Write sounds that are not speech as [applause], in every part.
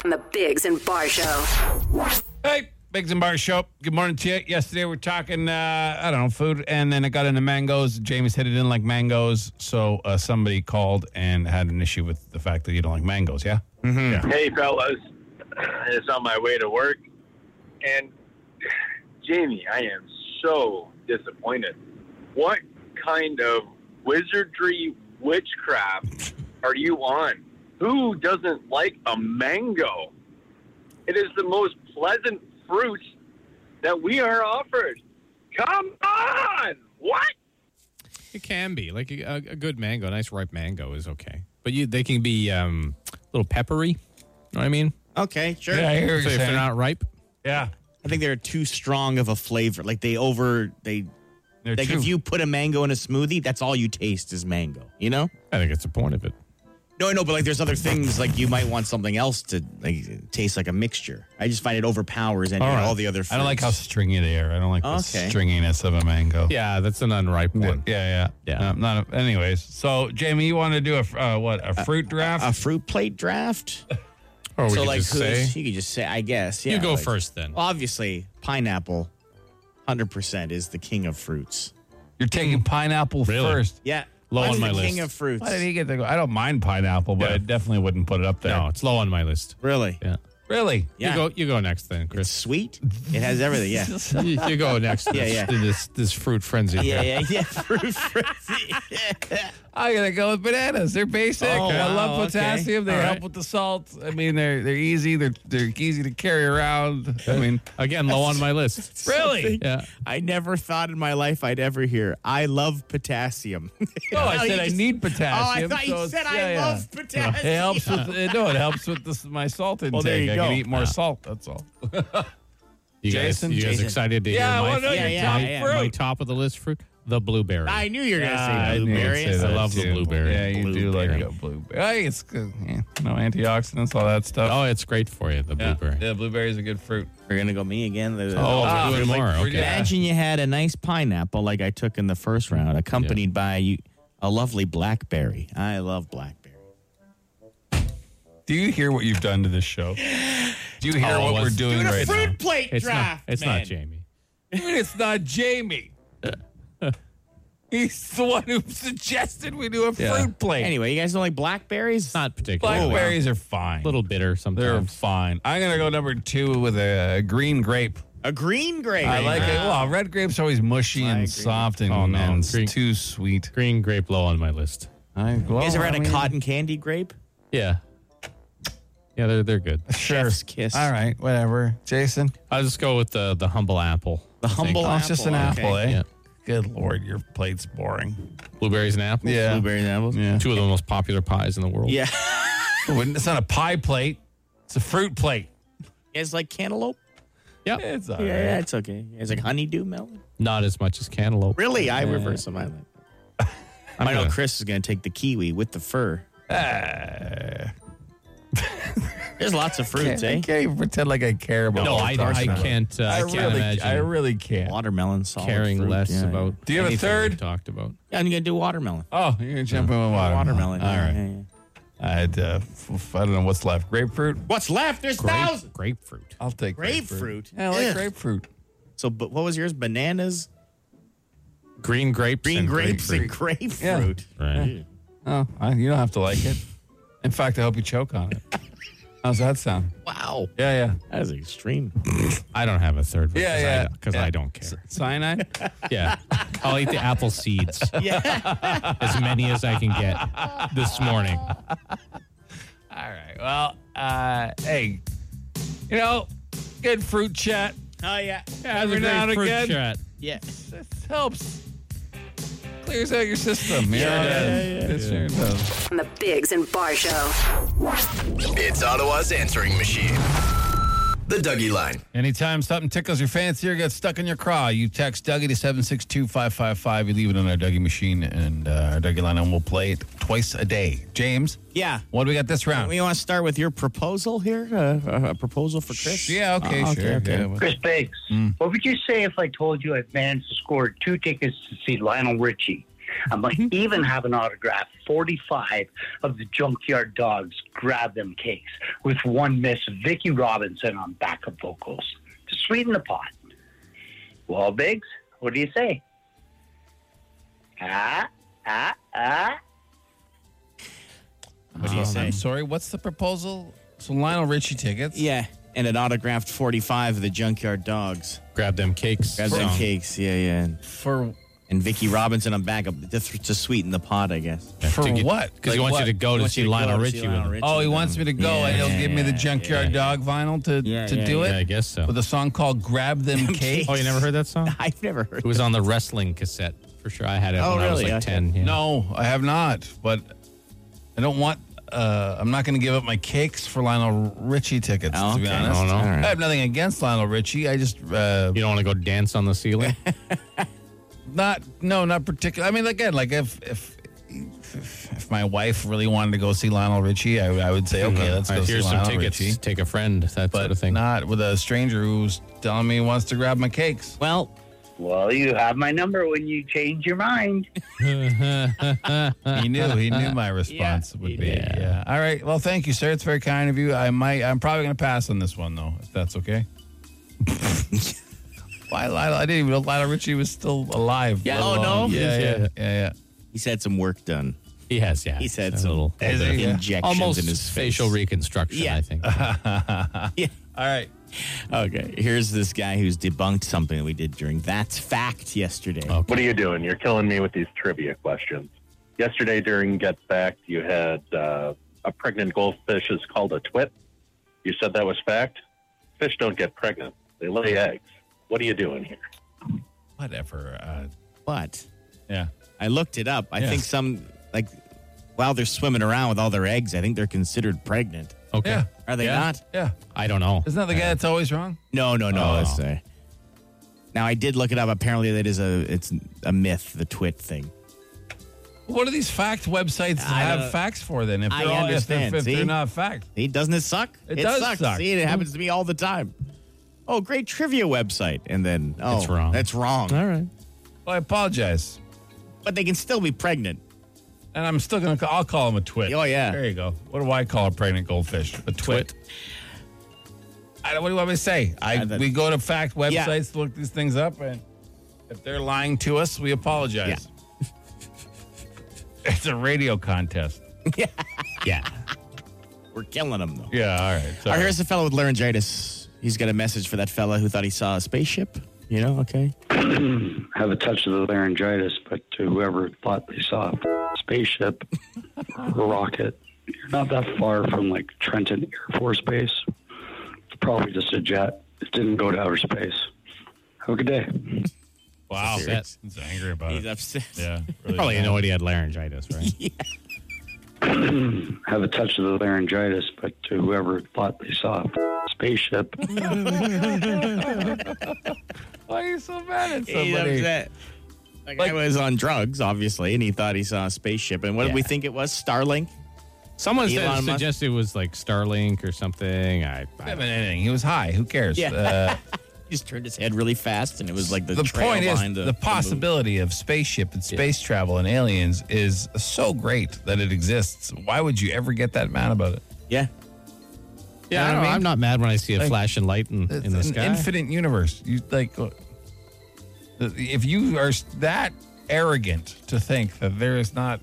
from the Bigs and Bar Show. Hey, Biggs and Bar Show. Good morning to you. Yesterday we were talking, uh, I don't know, food, and then it got into mangoes. James hit it in like mangoes, so uh, somebody called and had an issue with the fact that you don't like mangoes. Yeah. Mm-hmm. Hey, fellas. It's on my way to work. And, Jamie, I am so disappointed. What kind of wizardry witchcraft are you on? Who doesn't like a mango? It is the most pleasant fruit that we are offered. Come on! What? It can be like a, a good mango, a nice ripe mango is okay, but you they can be um, a little peppery. You know what I mean? Okay, sure. Yeah, I hear So you if they're not ripe, yeah. I think they're too strong of a flavor. Like they over they They're like true. if you put a mango in a smoothie, that's all you taste is mango. You know? I think it's the point of it. No, I know, but like there's other things like you might want something else to like taste like a mixture. I just find it overpowers any All all, right. the other. Fruits. I don't like how stringy they are. I don't like Okay. the stringiness of a mango. Yeah, that's an unripe Yeah, one. yeah, yeah. Yeah. Um, not a- anyways, so Jamie, you want to do a fr- uh, what a fruit draft? a fruit plate draft. Or we so could like just who's- say you could just say I guess. Yeah, you go like- first then. Obviously, pineapple, hundred percent is the king of fruits. You're taking pineapple Really? first. Yeah, Low That's on my the King list. of fruits. Why did he get to go? I don't mind pineapple, but Yeah. I definitely wouldn't put it up there. No, it's low on my list. Really? Yeah, Really? Yeah. you go. You go next then, It's Chris. sweet. It has everything. Yeah. [laughs] you, you go next. to [laughs] Yeah, this, yeah. to this this fruit frenzy. Yeah, yeah, [laughs] yeah. [laughs] Fruit frenzy. I'm gonna go with bananas. They're basic. Oh, I wow, love okay. potassium. They All help right. with the salt. I mean, they're they're easy. They're they're easy to carry around. I mean, Again, low on my list. [laughs] really? Yeah. I never thought in my life I'd ever hear. I love potassium. [laughs] No, Oh, I said I need potassium. Oh, I thought so you it's- said yeah, I yeah. love potassium. It [laughs] helps with it, no, it helps with this, my salt intake. Well, there you I go. can eat more Yeah. salt. That's all. You Jason? guys, you guys Jason. excited to hear Yeah, I my, wanna know my- your top my- fruit. my top of the list fruit? The blueberry. I knew you were going to I say knew you'd blueberry. say I that, love the too. blueberry. Yeah, you do like Blueberry. a blueberry. Hey, it's good. Yeah, no antioxidants, all that stuff. Oh, it's great for you, the yeah. blueberry. Yeah, blueberries are good fruit. You're going to go me again. Oh, Ah, we're doing like- more. we're okay. doing- Imagine you had a nice pineapple like I took in the first round, accompanied by you, a lovely blackberry. I love blackberry. Do you hear what you've done to this show? Do you hear Oh, what we're it's- doing right now? plate It's not. It's not Jamie. Dude, it's not Jamie. He's the one who suggested we do a fruit plate. Anyway, you guys don't like blackberries? Not particularly. Oh, Blackberries are fine. A little bitter They're sometimes. fine. I'm gonna go number two with a green grape. a green grape. I like it. Well, red grapes are always mushy and soft and, Oh, no. and s- Green- too sweet. Green grape low on my list. I, You guys ever had a a cotton candy grape? Yeah. Yeah, they're they're good. Sure. Chef's kiss. All right, whatever. Jason, I'll just go with the the humble apple. The humble oh, it's just an okay. apple, eh? Yeah. Good lord, your plate's boring. Blueberries and apples. Yeah. Blueberry and apples. Yeah, Two of the most popular pies in the world. Yeah. [laughs] Wouldn't- it's not a pie plate. It's a fruit plate. You guys like cantaloupe? Yep. It's all Yeah, right. yeah, it's okay. It's like honeydew melon. Not as much as cantaloupe. Really? I reverse them. I like. I'm I know gonna- Chris is going to take the kiwi with the fur. [laughs] There's lots of I fruits, eh? can't even pretend like I care about. No, what I, we're talking I about. can't. Uh, I, I, can't really, imagine I really can't. Watermelon, solid caring fruit, less yeah, about. Do you have a anything third? we talked about. Yeah, I'm going to do watermelon. Oh, you're gonna jump in with watermelon. Watermelon. All yeah, right. yeah, yeah. I had. Uh, f- f- I don't know what's left. Grapefruit. What's left? There's thousands. Grape, grapefruit. I'll take Grapefruit. Yeah, I like Ugh. grapefruit. So, but what was yours? Bananas, Green grapes. green and grapes, and grapefruit. grapefruit. Right. Oh, I, you don't have to like it. In fact, I hope you choke on [laughs] it. How's that sound? Wow, Yeah, yeah. that is extreme. I don't have a third. Yeah, because yeah. I, because Yeah. I don't care. [laughs] Cyanide? Yeah. I'll eat the apple seeds. Yeah. [laughs] As many as I can get this morning. All right. Well, uh, hey, you know, good fruit chat oh yeah, every now and Fruit again. chat. yeah. This helps. Clears out your system. yeah, it does. It sure does. From the Bigs and Bar Show. It's Ottawa's answering machine. The Dougie Line. Anytime something tickles your fancy or gets stuck in your craw, you text Dougie to 762-555. You leave it on our Dougie machine and uh, our Dougie line, and we'll play it twice a day. James? Yeah. What do we got this round? We want to start with your proposal here. Uh, a proposal for Chris. yeah, okay, Uh, sure. yeah, well- Chris Biggs, what would you say if I told you a man scored two tickets to see Lionel Richie? I might even have an autograph 45 of the Junkyard Dogs Grab Them Cakes with one Miss Vicky Robinson on backup vocals to sweeten the pot. Well, Biggs, what do you say? Ah, ah, ah. What do you say? I'm sorry. What's the proposal? Some Lionel Richie tickets. Yeah. And an autographed 45 of the Junkyard Dogs. Grab them cakes. Grab them song. cakes. Yeah, yeah. For And Vicky Robinson on backup to, to sweeten the pot, I guess. for To get- what? 'Cause he wants you to go to wants see you Lionel go to see Richie with Lionel him. Richie Oh, he with wants them. me to go, Yeah, and he'll yeah, give me the yeah, Junkyard yeah. Dog vinyl to Yeah, to yeah, do Yeah, I it guess so. with a song called "Grab Them Cakes." oh, you never heard that song? [laughs] I've never heard It was on the wrestling cassette for sure. I had it Oh, when I was really? like Okay. ten. yeah. No, I have not. But I don't want. Uh, I'm not going to give up my cakes for Lionel Richie tickets. Oh, to be okay. honest, No, no. All right. I have nothing against Lionel Richie. I just uh, you don't want to go dance on the ceiling. not no, not particular. I mean, again, like if if. If, if my wife really wanted to go see Lionel Richie, I, I would say, okay, let's All go right, see here's some Lionel tickets. Richie. Take a friend. That But sort of thing. not with a stranger who's telling me he wants to grab my cakes. Well, Well, you have my number when you change your mind. he knew he knew [laughs] my response would be yeah. all right well thank you sir it's very kind of you i might i'm probably gonna pass on this one though if that's [laughs] okay why Lionel, i didn't even know Lionel richie was still alive Yeah. let Oh, alone- no? yeah Yes, yeah yeah. yeah, yeah. he's had some work done. he has, yeah. He's had a some little Is he? Yeah. injections almost in his face. facial reconstruction. Yeah. I think. all right Okay, here's this guy who's debunked something that we did during That's Fact yesterday. What are you doing? You're killing me with these trivia questions. Yesterday during Get Fact, you had uh, a pregnant goldfish is called a twit. You said that was fact. Fish don't get pregnant; they lay eggs. What are you doing here? whatever uh, But yeah I looked it up. I Yeah. think some, like, while they're swimming around with all their eggs, I think they're considered pregnant. Okay. yeah Are they Oh, Yeah. not? yeah I don't [laughs] know. isn't that the guy that's always wrong No, no, no. Oh. that's, uh, now I did look it up. Apparently, that is a it's a myth, the twit thing. what do these fact websites I have don't- facts for then if I they're, all- if they're- understand, if they're see? not fact See, doesn't it suck? It does sucks. suck. See, it happens to me all the time. Oh, great trivia website, and then oh, It's wrong. That's wrong. All right. well, i apologize But they can still be pregnant. and I'm still gonna. Call, I'll call him a twit. Oh, yeah. There you go. What do I call a pregnant goldfish? A twit. I don't. What do you want me to say? I that- we go to fact websites to look these things up, and if they're lying to us, we apologize. [laughs] it's a radio contest. [laughs] Yeah. We're killing them though. Yeah. All right. All sorry. right, here's the fellow with laryngitis. He's got a message for that fella who thought he saw a spaceship. You know, okay. have a touch of the laryngitis, but to whoever thought they saw a spaceship, rocket, you're not that far from like Trenton Air Force Base. It's probably just a jet. It didn't go to outer space. Have a good day. wow. serious. He's angry about He's it. upset. [laughs] yeah. Really Probably annoyed he had laryngitis, right? [laughs] Have a touch of the laryngitis, but to whoever thought they saw a spaceship, Why are you so mad at He's somebody? upset. Like, I was on drugs, obviously, and he thought he saw a spaceship. And what did we think it was? Starlink. Someone said, Elon Musk. suggested it was like Starlink or something. I, I Seven inning. He was high. Who cares? Yeah. Uh, He just turned his head really fast, and it was like the, the trail point is behind the, the moon. possibility of spaceship and space travel and aliens is so great that it exists. Why would you ever get that mad about it? Yeah. yeah, I know what I don't know. mean? I'm not mad when I see a Like, flashing light in, It's in the an sky. [laughs] infinite universe. You like uh, if you are that arrogant to think that there is not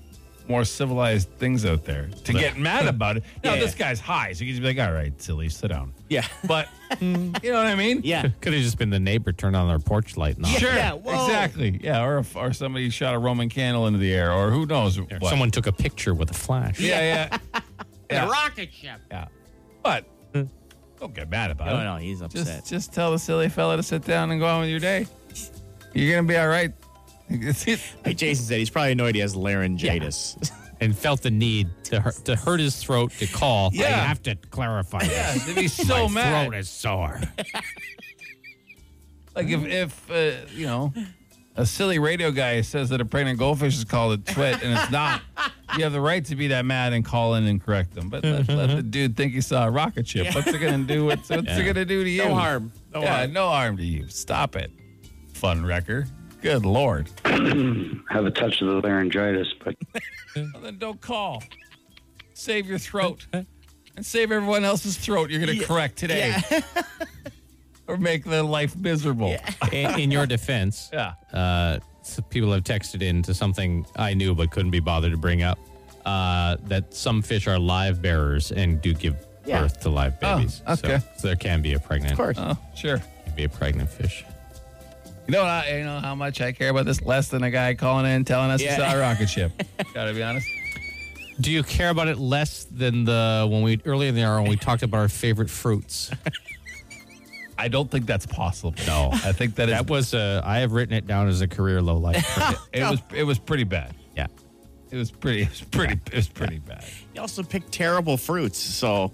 more civilized things out there to get [laughs] mad about it. No, Yeah. this guy's high, so you can just be like, "All right, silly, sit down." Yeah. [laughs] But you know what I mean? Yeah. Could have just been the neighbor turned on their porch light. And all. [laughs] Sure. Yeah, whoa. exactly. Yeah. Or if, or somebody shot a Roman candle into the air, or who knows? what. [laughs] Someone took a picture with a flash. Yeah, yeah. [laughs] yeah. rocket ship. Yeah. But don't get mad about it. No, Oh, no, he's Just upset. just tell the silly fella to sit down and go on with your day. You're gonna be all right. [laughs] like Jason said, he's probably annoyed he [laughs] has laryngitis. And felt the need to hurt, to hurt his throat to call. Yeah. I have to clarify yeah, this. they'd be [laughs] so My mad. throat [laughs] is sore. Like if if uh, you know a silly radio guy says that a pregnant goldfish is called a twit and it's not. You have the right to be that mad and call in and correct them, but let, let the dude think he saw a rocket ship. What's it gonna do? What's, what's it gonna do to you? No harm. No yeah, harm. no harm to you. Stop it, fun wrecker. Good lord. have a touch of the laryngitis, but Well, then don't call. Save your throat. And save everyone else's throat you're going to correct today. [laughs] or make their life miserable. in, in your defense, Yeah. uh, s- people have texted in to something I knew but couldn't be bothered to bring up uh, that some fish are live bearers and do give Yeah. birth to live Oh, babies. okay. So, so there can be a pregnant, Of course. Oh, sure. can be a pregnant fish. You know, I, you know how much I care about this less than a guy calling in telling us Yeah. he saw a rocket ship. [laughs] Gotta be honest. Do you care about it less than the when we earlier in the hour when we talked about our favorite fruits? I don't think that's possible. No, I think that, [laughs] That that was uh, I have written it down as a career low [laughs] life. it was it was pretty bad. yeah. It was pretty. It was pretty. It was pretty bad. You also pick terrible fruits, so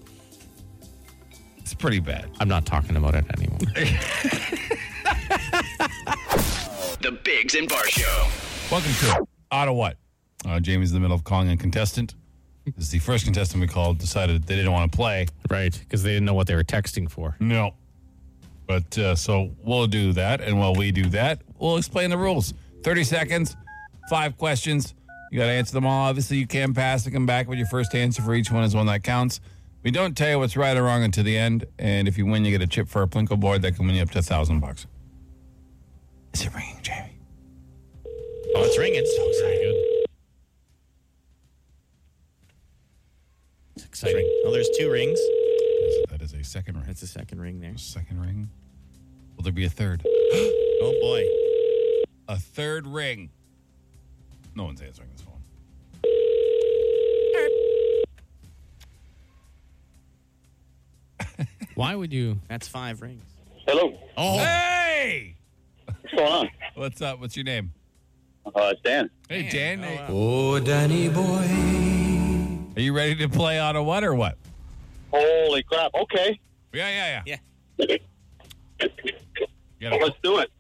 It's pretty bad. I'm not talking about it anymore. [laughs] The Bigs and Bar Show. Welcome to Ottawa. What. Uh, Jamie's in the middle of calling a contestant. This is the first contestant we called. Decided they didn't want to play. Right, because they didn't know what they were texting for. No. But uh, so we'll do that. And while we do that, we'll explain the rules. 30 seconds, five questions. You got to answer them all. Obviously, you can pass and come back, but your first answer for each one is one that counts. We don't tell you what's right or wrong until the end. And if you win, you get a chip for a Plinko board that can win you up to a thousand bucks. Is it ringing, Jamie? oh, it's ringing. So excited. It's exciting. Oh, there's two rings. That is- That is a second ring. That's a second ring there. Second ring. Will there be a third? Oh boy. A third ring. No one's answering this phone. Why would you? That's five rings. Hello. Oh, Hey! What's going on? What's up? What's your name? Uh, it's Dan. Hey, Dan. Hey. Oh, Danny boy. Are you ready to play on a what or what? Holy crap. Okay. Yeah, yeah, yeah. yeah. You Well, gotta- let's do it.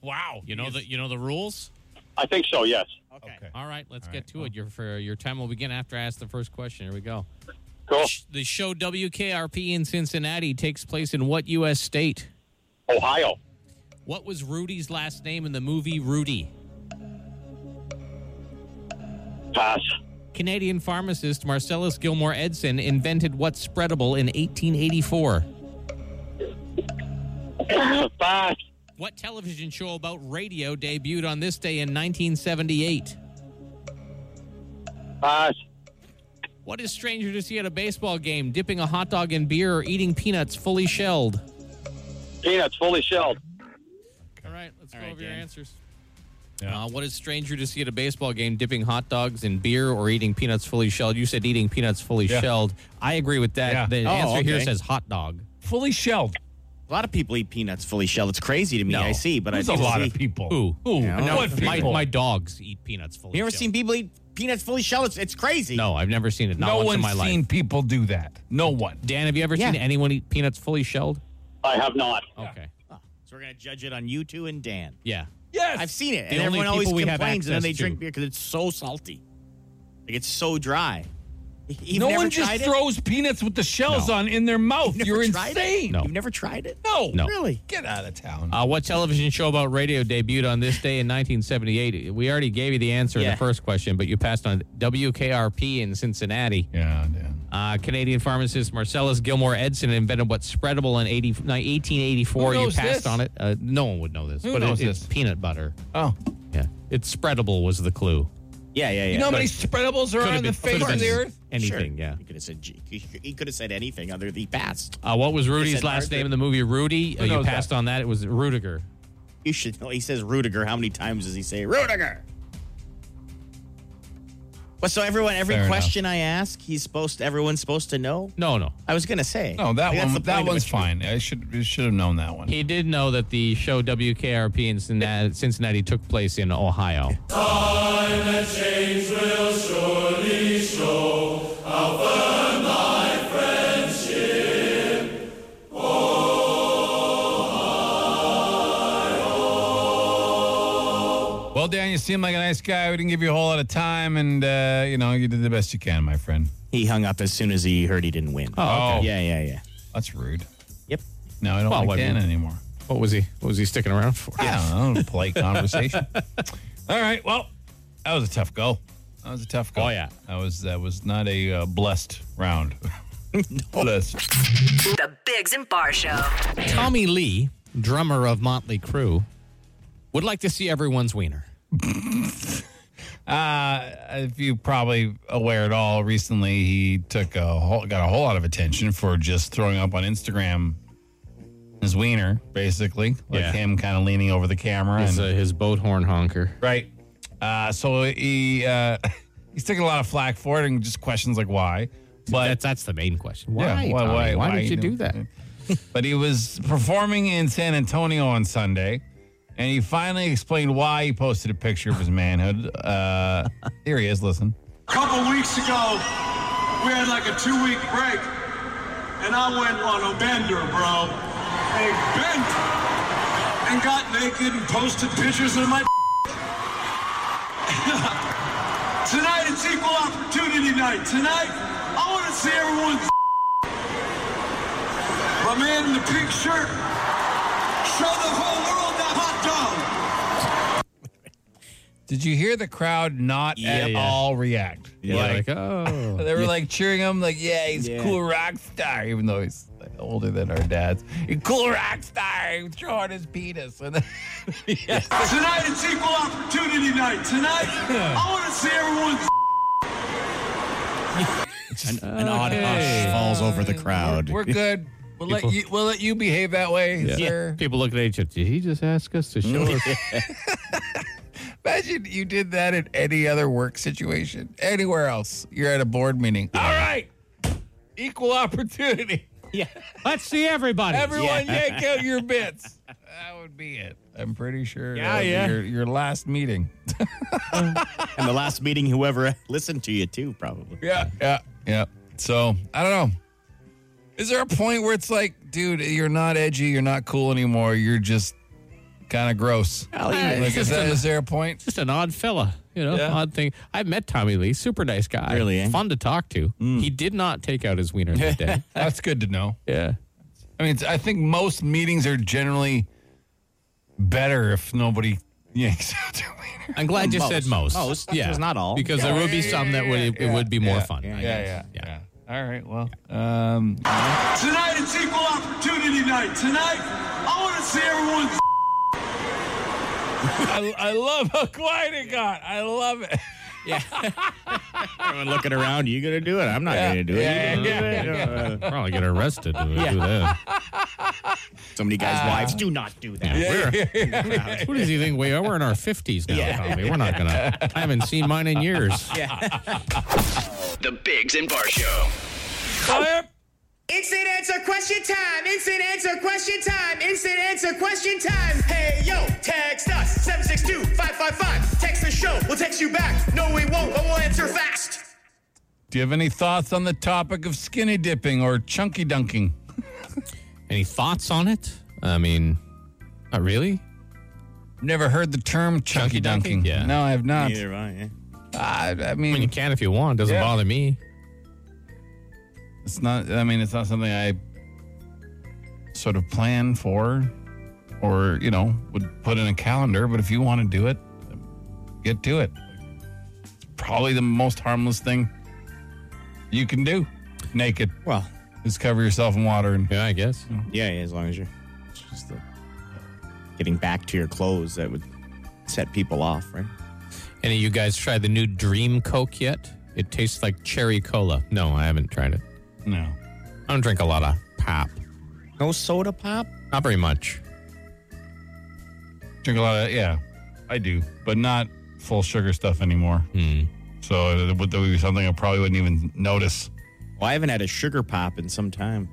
wow. You know the you know the rules. I think so, yes. Okay. Okay. All right, let's All get right, to it. Your for uh, your time will begin after I ask the first question. Here we go. Cool. Sh- The show WKRP in Cincinnati takes place in what U.S. state? Ohio. What was Rudy's last name in the movie Rudy? Pass. Canadian pharmacist Marcellus Gilmore Edson invented what spreadable in 1884? Pass. What television show about radio debuted on this day in 1978? Pass. What is stranger to see at a baseball game, dipping a hot dog in beer or eating peanuts fully shelled? Peanuts fully shelled. All right, let's go right, over your Dan. answers. Yeah. Uh, what is stranger to see at a baseball game, dipping hot dogs in beer or eating peanuts fully shelled? You said eating peanuts fully Yeah. shelled. I agree with that. Yeah. The Oh, answer here okay. says hot dog. Fully shelled. A lot of people eat peanuts fully shelled. It's crazy to me. I see, but There's I a do lot see. of people. Who? Who? Yeah, I know. What my, people? my dogs eat peanuts fully You ever shelled. seen people eat peanuts fully shelled? It's, it's crazy. No, I've never seen it. Not No once one's in my seen life. people do that. No one. Dan, have you ever Yeah. seen anyone eat peanuts fully shelled? I have not. Okay. Oh, so we're gonna judge it on you two and Dan. Yeah. Yes. I've seen it, The and only everyone always people we have complains, and then access they to. drink beer because it's so salty. Like it's so dry. [laughs] You've no never one just tried it? throws peanuts with the shells No. on in their mouth. You've You're never tried insane. It? No. You've never tried it? No. No. Really? Get out of town. Uh, what television show about radio debuted on this day in 1978? We already gave you the answer in Yeah. the first question, but you passed on WKRP in Cincinnati. yeah, Dan. Uh, Canadian pharmacist Marcellus Gilmore Edson invented what's spreadable in 80, 1884. Who You knows passed this? on it. Uh, no one would know this, Who but knows it, it's this? peanut butter. Oh. Yeah, it's spreadable was the clue. Yeah, yeah, yeah. You know how many spreadables are Could on have the been- could face have of the been earth? Anything, yeah. He could have said G- he could have said anything other than he passed. Uh, what was Rudy's said last Arthur. name in the movie Rudy? Uh, you knows passed that? on that. It was Rudiger. You should know. He says Rudiger. How many times does he say Rudiger? But so everyone, every Fair enough. question I ask, he's supposed. To, everyone's supposed to know. No, no. I was gonna say. No, that Like, that's one. the That point of one's it. fine. I should I should have known that one. He did know that the show WKRP in Cincinnati- Cincinnati took place in Ohio. Well, Dan, you seem like a nice guy. We didn't give you a whole lot of time, and uh, you know you did the best you can, my friend. He hung up as soon as he heard he didn't win. Oh, okay. yeah, yeah, yeah. That's rude. Yep. No, I don't Well, like I mean- Dan anymore. What was [laughs] he? What was he sticking around for? I don't know, [laughs] polite conversation. All right. Well, that was a tough go. That was a tough go. Oh, yeah. That was that was not a uh, blessed round. [laughs] Blessed. The Biggs and Bar Show. Tommy Lee, drummer of Motley Crue, would like to see everyone's wiener. Uh, if you probably aware at all, recently he took a whole, got a whole lot of attention for just throwing up on Instagram his wiener, basically, like Yeah. him kind of leaning over the camera. His, and- uh, his boat horn honker. Right. Uh, so he uh, [laughs] he's taking a lot of flack for it, and just questions like why. But That's that's the main question. Why? Yeah, why- Tommy? why- why, why did you you do know- that? [laughs] but he was performing in San Antonio on Sunday, and he finally explained why he posted a picture [laughs] of his manhood. Uh, here he is. Listen. couple weeks ago, we had like a two week break, and I went on a bender, bro. A bent and got naked and posted pictures of my. [laughs] Tonight it's equal opportunity night. Tonight, I want to see everyone's. [laughs] My man in the pink shirt, show the whole world that hot dog. Did you hear the crowd not at yeah. all react? Like, oh. They were like cheering him, like, yeah, he's Yeah. a cool rock star, even though he's like, older than our dads. A cool rock star, throwing his penis. [laughs] And then- [laughs] Yes. Tonight it's equal opportunity night. Tonight, I want to see everyone's. An odd hush falls over the crowd. We're good. We'll let, you, we'll let you behave that way, sir. People look at each other. Did he just ask us to show [laughs] us? [laughs] Imagine you did that in any other work situation, anywhere else. You're at a board meeting. All right, equal [laughs] opportunity. [laughs] yeah. Let's see everybody. Everyone, yank out [laughs] your bits. That would be it. I'm pretty sure. Yeah, that would be yeah. Your, your last meeting. And the last meeting, whoever [laughs] listened to you too, probably. Yeah, yeah, yeah. So I don't know. Is there a point where it's like, dude, you're not edgy, you're not cool anymore, you're just kind of gross? Well, Like, he is, that, is there a point? Just an odd fella, you know, Yeah. odd thing. I met Tommy Lee, super nice guy, Really, eh? fun to talk to. Mm. He did not take out his wiener [laughs] that day. [laughs] That's good to know. yeah, I mean, it's, I think most meetings are generally better if nobody yanks [laughs] out their wiener. I'm glad you said most. Most, yeah, just not all. because there would be some that would it would be more Yeah. fun. Yeah, I yeah, guess. yeah, All right. Well, um, Tonight it's equal opportunity night. Tonight, I want to see everyone's. I, I love how quiet it got. I love it. Everyone looking around, you gonna do it? I'm not gonna do it. Yeah, You gonna do yeah, it? Uh, Probably get arrested. if we do that. so many Ah. guys' wives do not do that. Who does he think we are? We're in our 50s now, Tommy. We're not going to. I haven't seen mine in years. The Bigs and Bar Show. Clip. Instant answer question time. Instant answer question time. Instant answer question time. Hey yo, text us 762-555. Text the show. We'll text you back. No, we won't, but we'll answer fast. Do you have any thoughts on the topic of skinny dipping or chunky dunking? Any thoughts on it? I mean, not really. Never heard the term chunky, Chunky dunking. dunking? Yeah. No, I have not. Neither have I, yeah. I, I I mean, you mean, can if you want. Doesn't Yeah. bother me. it's not. I mean, it's not something I sort of plan for, or you know, would put in a calendar. But if you want to do it, get to it. It's probably the most harmless thing you can do. Naked, Well, just cover yourself in water and Yeah, I guess. yeah, yeah, as long as you're it's just the, getting back to your clothes that would set people off, right? Any of you guys tried the new Dream Coke yet? It tastes like cherry cola. No, I haven't tried it. no. I don't drink a lot of pop. No soda pop. Not very much. Drink a lot of yeah, I do, but not full sugar stuff anymore. Hmm. So it would that would be something I probably wouldn't even notice. Well, I haven't had a sugar pop in some time.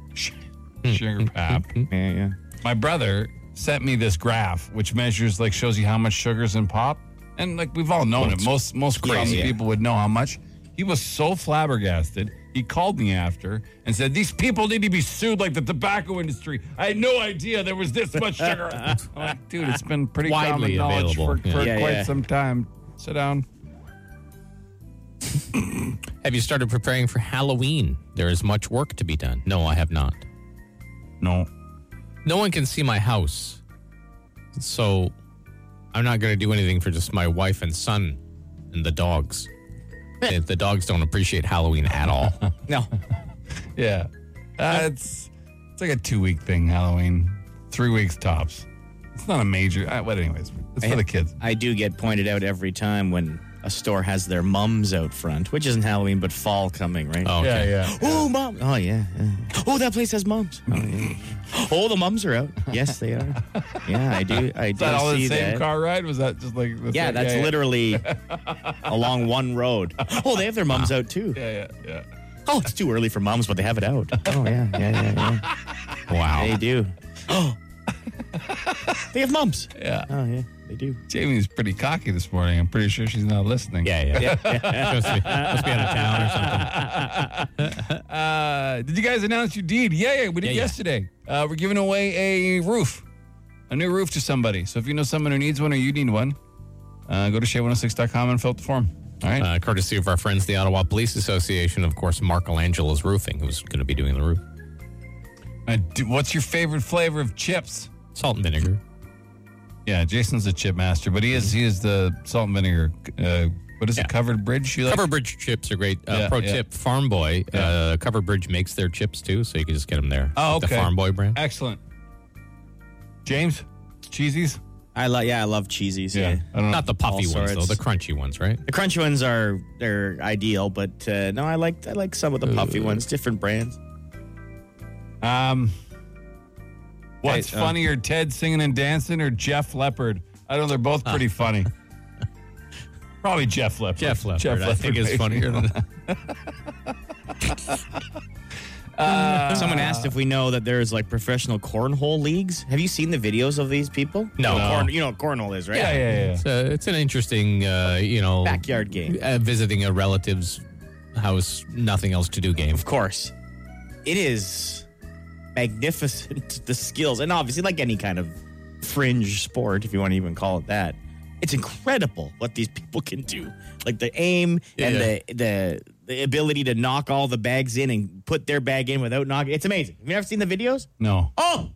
Hmm. Sugar pap. Yeah, yeah. My brother sent me this graph, which measures like shows you how much sugar's in pop, and like we've all known it. Most most crazy yeah. people would know how much. He was so flabbergasted. He called me after and said, "These people need to be sued like the tobacco industry. I had no idea there was this much sugar." I'm like, dude, it's been pretty common Widely knowledge for, available. for Yeah. Yeah, quite yeah. some time. Sit down. Have you started preparing for Halloween? There is much work to be done. No, I have not. No, No one can see my house. So I'm not going to do anything for just my wife and son and the dogs. the, the dogs don't appreciate Halloween at all. No. yeah. Uh, it's it's like a two week thing, Halloween. Three weeks tops. It's not a major. Uh, but, anyways, it's for the kids. [laughs] I do get pointed out every time when a store has their mums out front, which isn't Halloween, but fall coming, right? Oh, okay. Yeah, yeah. Oh, mom. Oh, yeah. yeah. Oh, that place has mums. Oh, yeah. Oh, the mums are out. Yes, they are. [laughs] Yeah, I do. I Is do that all in see the same that. car ride? Was that just like the Yeah, same- that's literally along one road. Oh, they have their mums out too. Yeah, yeah, Oh, it's too early for mums, but they have it out. Oh yeah, yeah, yeah, yeah. [laughs] Wow. They do. Oh, they have mums. yeah. yeah. Oh yeah, they do. Jamie's pretty cocky this morning. I'm pretty sure she's not listening. Yeah, yeah. Supposed to be, supposed to be out of town or something. Uh, did you guys announce you did? Yeah, yeah, we did Yeah, yeah. yesterday. Uh, we're giving away a roof, a new roof to somebody. So if you know someone who needs one or you need one, uh, go to shay106.com and fill out the form. All right. Uh, courtesy of our friends, the Ottawa Police Association, of course, Markelangelo's Roofing, who's going to be doing the roof. Uh, do- what's your favorite flavor of chips? Salt and vinegar. Yeah, Jason's a chip master, but he is he is the salt and vinegar. Uh, what is Yeah. it? Covered bridge? You like? [laughs] Cover Bridge chips are great. Uh, Yeah, pro yeah. tip, Farm Boy. Uh, Cover Bridge makes their chips too, so you can just get them there. Oh, Like The okay. Farm Boy brand. Excellent. James, cheesies. I love. Yeah, I love cheesies. Yeah. I don't know. Not the puffy All ones, though, sorts. the crunchy ones, right? The crunchy ones are they're ideal, but uh, no, I like I like some of the puffy ones. Different brands. Um, what's Hey, uh, funnier, Ted singing and dancing or Jeff Leopard? I know they're both [laughs] pretty funny. Probably Jeff Leopard. Jeff Leppard, I think is makes me [laughs] funnier than that. Someone asked if we know that there's like professional cornhole leagues. Have you seen the videos of these people? No. You know, corn- you know what cornhole is, right? Yeah, yeah, yeah. It's, uh, it's an interesting, uh, you know, Backyard game. uh, visiting a relative's house, nothing else to do game. Of course. It is magnificent, [laughs] the skills. And obviously, like any kind of fringe sport, if you want to even call it that, it's incredible what these people can do. Like the aim and Yeah. the, the, the ability to knock all the bags in and put their bag in without knocking. It's amazing. Have you ever seen the videos? No. Oh!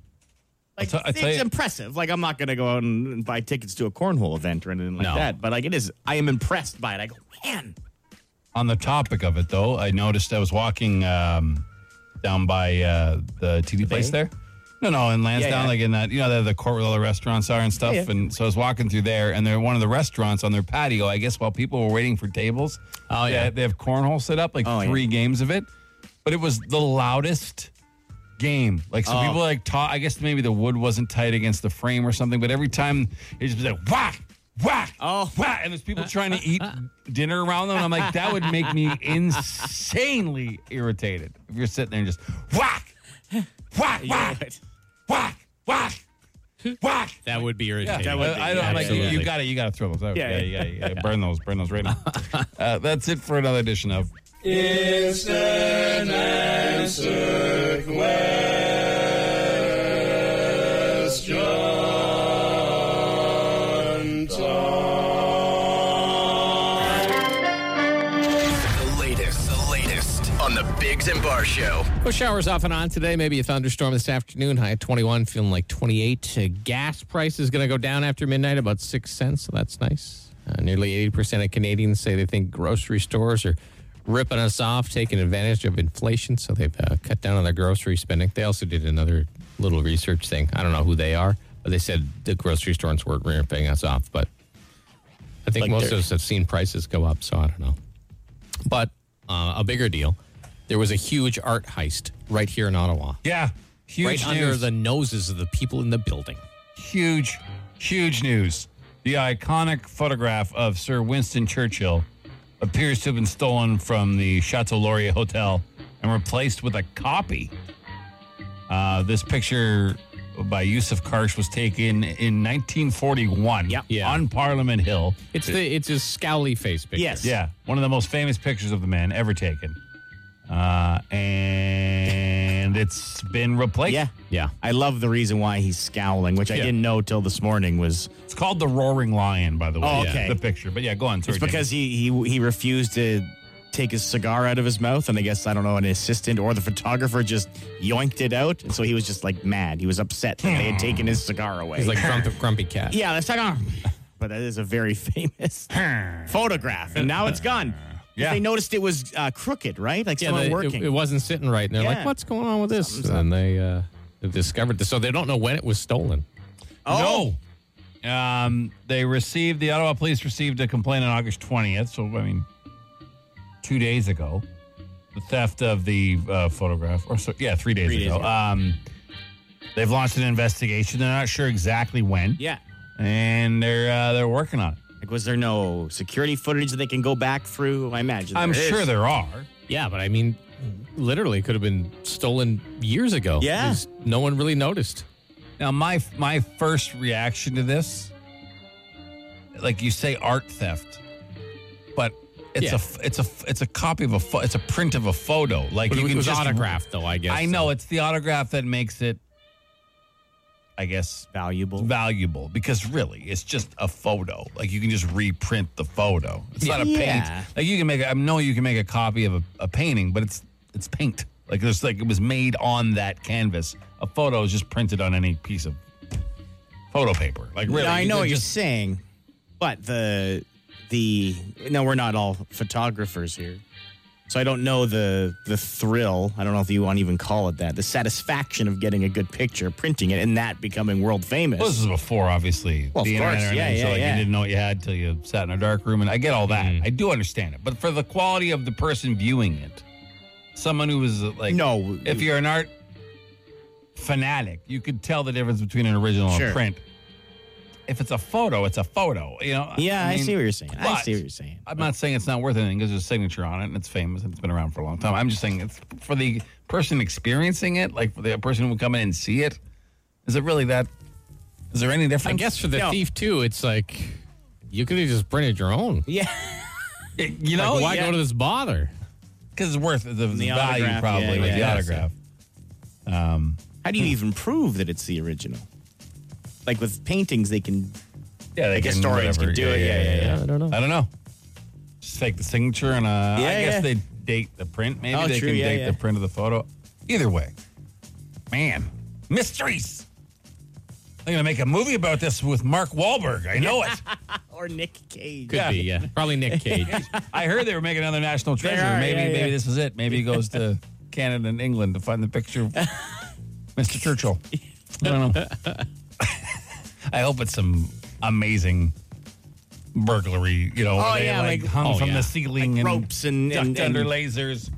Like, tell- I tell it's you- impressive. Like, I'm not going to go out and and buy tickets to a cornhole event or anything like No. that. But, like, it is, I am impressed by it. I go, man. On the topic of it, though, I noticed I was walking um, down by uh, the TD place there. No, no, in Lansdowne, yeah. like in that, you know, the, the court where all the restaurants are and stuff. Yeah, yeah. And so I was walking through there, and they're one of the restaurants on their patio. I guess while people were waiting for tables, Oh, they- yeah. they have cornhole set up, like Oh, three yeah. games of it. But it was the loudest game. Like, so Oh. people like taught, I guess maybe the wood wasn't tight against the frame or something, but every time it just was like whack, whack, Oh. whack. And there's [laughs] people trying to eat dinner around them. And I'm like, that would make me insanely irritated if you're sitting there and just whack, whack, whack, whack, whack, whack. That would be [laughs] irritating. that would be- I, I don't I'm like you- Absolutely. you got to you got to throw those out. Yeah, Yeah, yeah. yeah, yeah. [laughs] Burn those, burn those right now. uh, that's it for another edition of The latest, the latest on the Bigs and Bar Show. Well, showers off and on today. Maybe a thunderstorm this afternoon. High at 21, feeling like 28. Uh, gas price is going to go down after midnight about 6 cents, so that's nice. Uh, nearly 80% of Canadians say they think grocery stores are ripping us off, taking advantage of inflation, so they've uh, cut down on their grocery spending. They also did another little research thing. I don't know who they are, but they said the grocery stores weren't ripping us off, but I think Like most of they're- us have seen prices go up, so I don't know. But uh, a bigger deal, there was a huge art heist right here in Ottawa, yeah, huge right under news. the noses of the people in the building. huge, huge news. The iconic photograph of Sir Winston Churchill appears to have been stolen from the Chateau Laurier Hotel and replaced with a copy. Uh, this picture by Yusuf Karsh was taken in 1941 Yep. Yeah. on Parliament Hill. It's the it's his scowly face picture. Yes. Yeah, one of the most famous pictures of the man ever taken. Uh, and it's been replaced. Yeah. yeah. I love the reason why he's scowling, which I Yeah. didn't know till this morning was It's called the Roaring Lion, by the way. Oh, okay. The picture. But yeah, go on. Sorry, it's because he, he he refused to take his cigar out of his mouth, and I guess I don't know an assistant or the photographer just yoinked it out, and so he was just like mad. He was upset that they had taken his cigar away. He's like grump, grumpy cat. yeah, let's talk on. [laughs] But that is a very [laughs] famous Hmm. photograph, and now it's gone. Yeah. They noticed it was uh, crooked, right? Like someone they- working. It, it wasn't sitting right, and they're Yeah. like, "What's going on with this?" and they uh, they discovered this, so they don't know when it was stolen. oh, No. Um, they received the Ottawa police received a complaint on August 20th. So I mean, two days ago, the theft of the uh, photograph, or so yeah, three days Three days ago. ago. Um, they've launched an investigation. They're not sure exactly when. yeah. and they're uh, they're working on it. Like, was there no security footage that they can go back through? I imagine. I'm there sure is. there are. Yeah, but I mean, literally could have been stolen years ago. Yeah. Just no one really noticed. Now, my my first reaction to this, like you say, art theft, but it's Yeah. a f- it's a f- it's a copy of a pho- it's a print of a photo. Like But you it can was just autographed, though. I guess. I know it's the autograph that makes it, I guess, Valuable. valuable because really it's just a photo. Like you can just reprint the photo. It's not a Yeah. paint. Like you can make. a- I know you can make a copy of a, a painting, but it's it's paint. Like there's like it was made on that canvas. A photo is just printed on any piece of photo paper. Like really, Yeah, I you know could what you're just- saying, but the the no, we're not all photographers here, so I don't know the the thrill. I don't know if you want to even call it that. The satisfaction of getting a good picture, printing it, and that becoming world famous. Well, this is before, obviously, Well, of the internet course. or Yeah, anything, so yeah, like yeah. Mm. you didn't know what you had till you sat in a dark room, and I get all that. I do understand it, but for the quality of the person viewing it, someone who was uh, like, No. if you're an art fanatic, you could tell the difference between an original and Sure. a print. If it's a photo, it's a photo. You know. yeah, I, mean, see what you're saying. I but see what you're saying. I'm not saying it's not worth anything because there's a signature on it and it's famous and it's been around for a long time. I'm just saying it's for the person experiencing it, like for the person who would come in and see it. Is it really that? Is there any I difference? guess for the No. thief too, it's like you could have just printed your own. Yeah, [laughs] you know Like, why go to this bother? Because it's worth the, the value autograph, probably yeah, with yeah, the yeah. autograph. how do you even prove that it's the original? Like with paintings, they can. Yeah, they Like can- historians can do whatever. it. Yeah, yeah, yeah. I don't know. I don't know. Just take the signature and uh, I Yeah, guess yeah. they date the print. Maybe Oh, they true, can yeah, date yeah. the print of the photo. Either way, man, mysteries. They're gonna make a movie about this with Mark Wahlberg. I know it. Or Nick Cage. Could be. Yeah. Probably Nick Cage. [laughs] I heard they were making another national treasure. are, maybe yeah, maybe yeah. this is it. Maybe he [laughs] goes to Canada and England to find the picture of Mr. Churchill. I don't [laughs] know. I hope it's some amazing burglary, you know, where Oh, they yeah, like, like- hung Oh, from yeah. the ceiling Like and ropes and- ducked and- under and- lasers.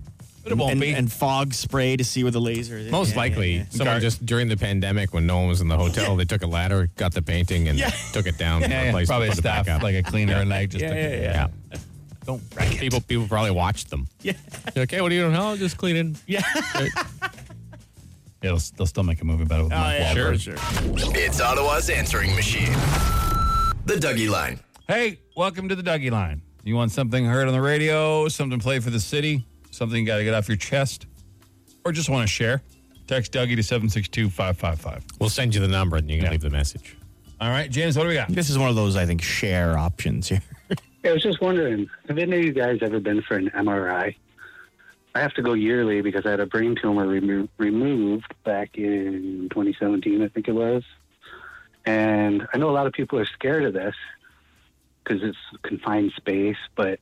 But it And, won't and, be. and fog spray to see where the laser is. Most Yeah, yeah, likely, yeah. someone [laughs] Gar- just during the pandemic when no one was in the hotel, they took a ladder, got the painting, and Yeah. took it down. yeah, and yeah, replaced it, probably a put it back staff up. like a cleaner at night. Just to- yeah. Don't wreck it. People, people probably watched them. Yeah. okay, what are you doing? Oh, just cleaning. [laughs] Yeah. It'll, they'll still make a movie about it with Oh, Mark yeah, Wahlberg. for sure. It's Ottawa's answering machine. The Dougie Line. Hey, welcome to the Dougie Line. You want something heard on the radio, something played for the city, something you got to get off your chest, or just want to share? Text Dougie to 762 555. We'll send you the number and you can leave the message. All right, James, what do we got? This is one of those, I think, share options here. Yeah, I was just wondering, have any of you guys ever been for an MRI? I have to go yearly because I had a brain tumor remo- removed back in 2017, I think it was. And I know a lot of people are scared of this because it's confined space, but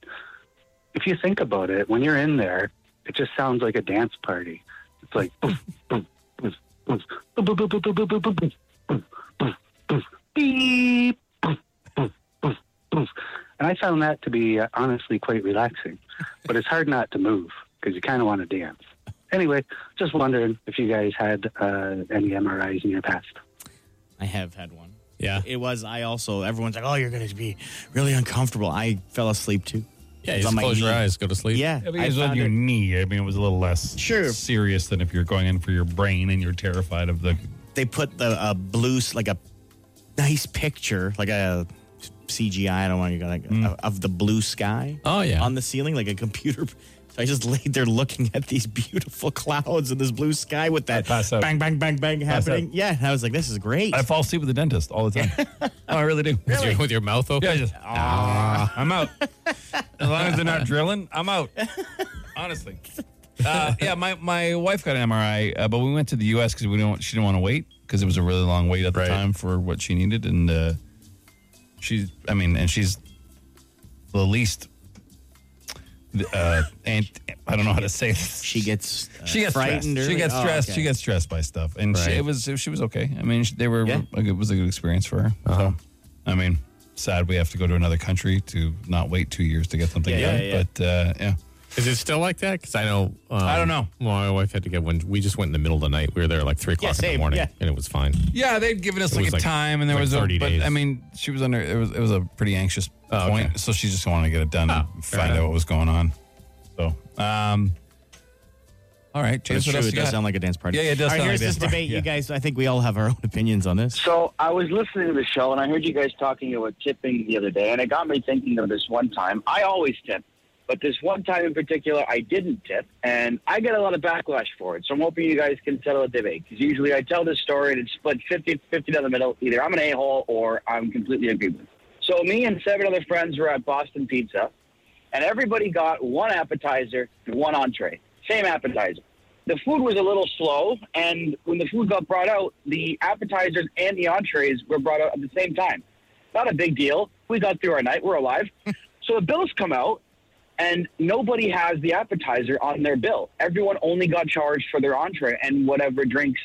if you think about it, when you're in there, it just sounds like a dance party. It's like boof, boof, boof, boof, boof, boof, boof, boof, boof, boof, boof, boof, boof, boof, beep, boof, boof, boof, boof. And I found that to be uh, honestly quite relaxing, but it's hard not to move because you kind of want to dance. Anyway, just wondering if you guys had uh, any MRIs in your past. I have had one. Yeah. It was, I also, everyone's like, oh, you're going to be really uncomfortable. I fell asleep too. Yeah, It was just on my close your knee. eyes, go to sleep. Yeah. Yeah, I because on found your it- knee, I mean, it was a little less Sure. serious than if you're going in for your brain and you're terrified of the. they put the uh, blue, s- like a nice picture, like a CGI, I don't want to go like, of the blue sky Oh, yeah. on the ceiling, like a computer. [laughs] So I just laid there looking at these beautiful [laughs] clouds and this blue sky with that pass out. bang, bang, bang, bang Pass happening. out. Yeah. and I was like, this is great. I fall asleep with the dentist all the time. Oh, I really do. With, your, with your mouth open? Yeah, I just, "Ah, I'm out. As long as they're not drilling, I'm out. Honestly. Uh, yeah, my, my wife got an MRI, uh, but we went to the U.S. because we didn't want, she didn't want to wait because it was a really long wait at the time for what she needed, and uh, she's I mean, and she's the least uh, and I don't know how to say this. she gets uh, She gets frightened. stressed. She early. gets Oh, stressed. okay. She gets stressed by stuff, and she, Right. it was she was okay. I mean, she, they were Yeah. Uh-huh. like, it was a good experience for her. So, I mean, sad we have to go to another country to not wait two years to get something Yeah, done. yeah, yeah. But uh, yeah, Is it still like that? Because I know. Um, I don't know. My wife had to get one. We just went in the middle of the night. We were there at like three o'clock in the same, morning, yeah. and it was fine. yeah, they'd given us It like a was like- time, and there like was a, 30 but days. I mean, she was under it was it was a pretty anxious Oh, point, okay. so she just wanted to get it done Ah, Oh, and fair find out enough. what was going on. So, um, all right, It's James, what true. else It you does got? sound like a dance party. Yeah, yeah, it does All right, sound like here's a dance this party, debate. yeah. You guys, I think we all have our own opinions on this. So I was listening to the show and I heard you guys talking about tipping the other day, and it got me thinking of this one time. I always tip, but this one time in particular, I didn't tip, and I get a lot of backlash for it. So I'm hoping you guys can settle a debate because usually I tell this story and it's split 50 50 down the middle. Either I'm an a hole or I'm completely agreed with. So me and seven other friends were at Boston Pizza, and everybody got one appetizer and one entree. Same appetizer. The food was a little slow, and when the food got brought out, the appetizers and the entrees were brought out at the same time. Not a big deal. We got through our night. We're alive. so the bills come out, and nobody has the appetizer on their bill. Everyone only got charged for their entree and whatever drinks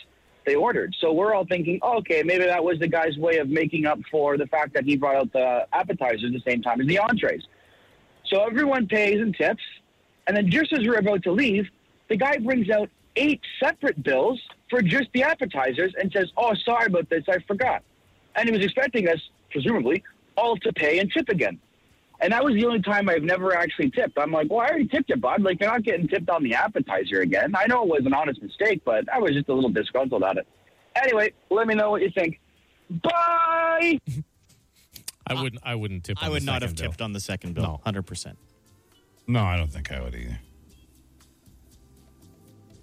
they ordered. So we're all thinking, oh, okay, maybe that was the guy's way of making up for the fact that he brought out the appetizers at the same time as the entrees. So everyone pays and tips. And then just as we're about to leave, the guy brings out eight separate bills for just the appetizers and says, Oh, sorry about this. I forgot. And he was expecting us, presumably, all to pay and tip again. And that was the only time I've never actually tipped. I'm like, well, I already tipped it, bud. Like, you're not getting tipped on the appetizer again. I know it was an honest mistake, but I was just a little disgruntled at it. Anyway, let me know what you think. Bye. I wouldn't. I wouldn't tip. I on the would not have second bill. tipped on the second bill. No. 100%. no, I don't think I would either.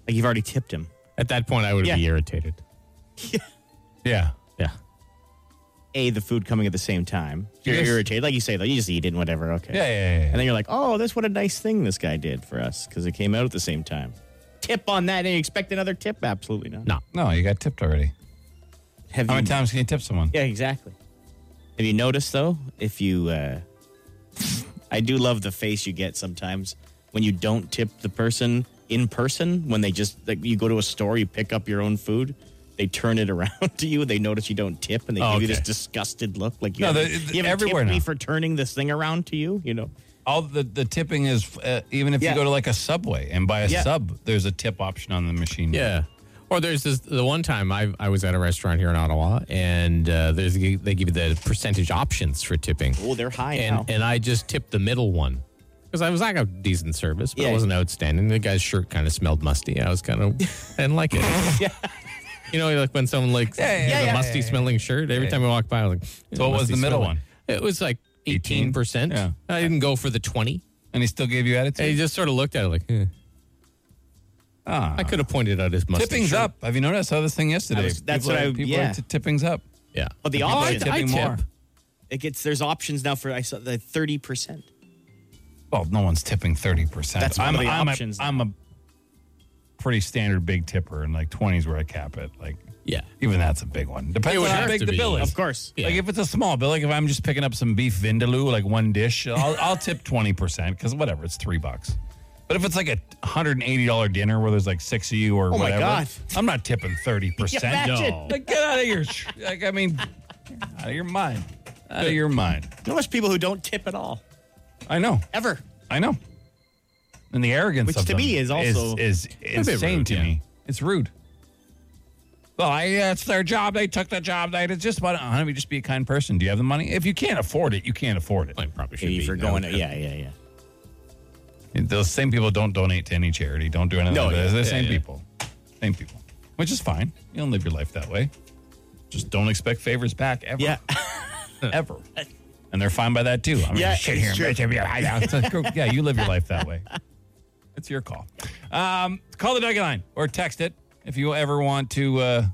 Like you've already tipped him. At that point, I would Yeah. be [laughs] irritated. Yeah, Yeah. A, the food coming at the same time. You're Yes. irritated. Like you say, though, you just eat it and whatever. Okay. yeah, yeah, yeah. yeah. And then you're like, oh, that's what a nice thing this guy did for us because it came out at the same time. Tip on that and you expect another tip? Absolutely not. No. No, Mm. you got tipped already. Have How you, many times can you tip someone? Yeah, exactly. Have you noticed, though, if you, uh, I do love the face you get sometimes when you don't tip the person in person, when they just, like, you go to a store, you pick up your own food. They turn it around [laughs] to you. They notice you don't tip, and they Oh, give you this okay. disgusted look, like you No, haven't, the- the- you haven't everywhere tipped me now. for turning this thing around to you. You know, All the, the tipping is uh, even if Yeah. you go to like a Subway and buy a Yeah. sub, there's a tip option on the machine. Yeah. Or there's this the one time I I was at a restaurant here in Ottawa and uh, there's they give you the percentage options for tipping. oh, they're high now. and and I just tipped the middle one because I was like a decent service, but Yeah. it wasn't outstanding. The guy's shirt kind of smelled musty. I was kind of I didn't [laughs] like it. yeah. You know, like when someone like yeah, has yeah, a yeah, musty smelling shirt. Every time I walk by, I was like, So what was "Musty the middle smelling." It was like eighteen percent. Yeah. I didn't go for the twenty. And he still gave you And attitude? he just sort of looked at it like, eh. Ah. I could have pointed out his musty Tipping's shirt. up. Have you noticed how this thing yesterday? I was- that's people what are, I- people yeah. are t- tipping's up. Yeah. But the People are option, tipping I more. tip. it gets there's options now for I saw the thirty percent. Well, no one's tipping thirty percent. That's one I'm, of the I'm options A, now. I'm a pretty standard big tipper, and like twenties where I cap it. Like Yeah. even that's a big one. Depends It on would how have big to the be. bill is. Of course, Yeah. Like if it's a small bill, like if I'm just picking up some beef vindaloo, like one [laughs] dish, I'll, I'll tip twenty percent because whatever, it's three bucks. But if it's like a hundred and eighty dollar dinner where there's like six of you or Oh my whatever, God. I'm not tipping thirty [laughs] percent. Imagine. Like get out of your, sh- like I mean, out of your mind, out of your mind. you know, there's people who don't tip at all I know, ever. I know. And the arrogance, Which of to me them is also is, is bit insane rude, to yeah. me. It's rude. Well, I, yeah, it's their job. They took the job. They it's just, why don't we just be a kind person? Do you have the money? If you can't afford it, you can't afford it. I probably should If be. you're no. going, to, yeah, yeah, yeah. Those same people don't donate to any charity. Don't do anything. No, like yeah, that. They're the yeah, same yeah. people. Same people. Which is fine. You don't live your life that way. Just don't expect favors back ever. Yeah. [laughs] [laughs] ever. And they're fine by that too. I mean, Yeah, shit it's here. true. [laughs] bitch, I'm here, hi, now. It's like, go- yeah, you live your life that way. It's your call. Um, call the Dougie line or text it if you ever want to uh,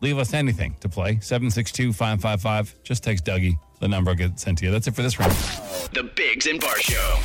leave us anything to play. 762 555. Just text Dougie. The number will get sent to you. That's it for this round. The Bigs and Bar Show.